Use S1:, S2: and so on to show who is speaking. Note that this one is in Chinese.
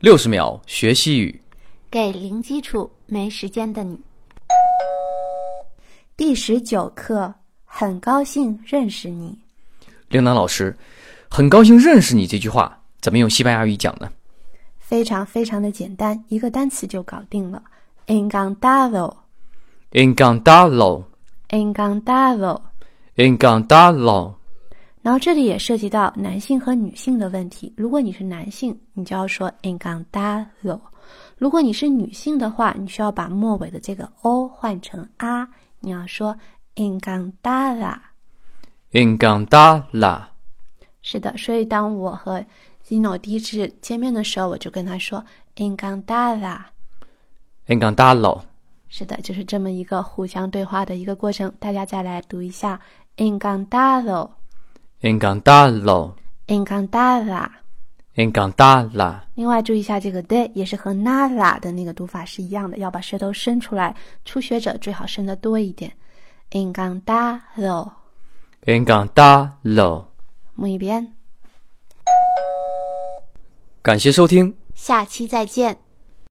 S1: 六十秒学西语。
S2: 给零基础没时间的你。
S3: 第十九课，很高兴认识你。
S1: 铃铛老师，很高兴认识你。这句话怎么用西班牙语讲呢？
S3: 非常非常的简单，一个单词就搞定了。Encantado，Encantado，
S1: Encantado, encantado。
S3: 然后这里也涉及到男性和女性的问题。如果你是男性，你就要说 encantado；如果你是女性的话，你需要把末尾的这个 o 换成 a，你要说 encantada。
S1: Encantada,
S3: 是的，所以当我和 Zino 第一次见面的时候，我就跟他说 encantada。
S1: encantado,
S3: 是的，就是这么一个互相对话的一个过程。大家再来读一下 encantado。
S1: encantado,
S3: encantada。
S1: encantada。
S3: 另外注意一下，这个 de 也是和 nada 的那个读法是一样的，要把舌头伸出来。初学者最好伸得多一点。encantado。
S1: encantado。
S3: muy bien。
S1: 感谢收听。
S2: 下期再见。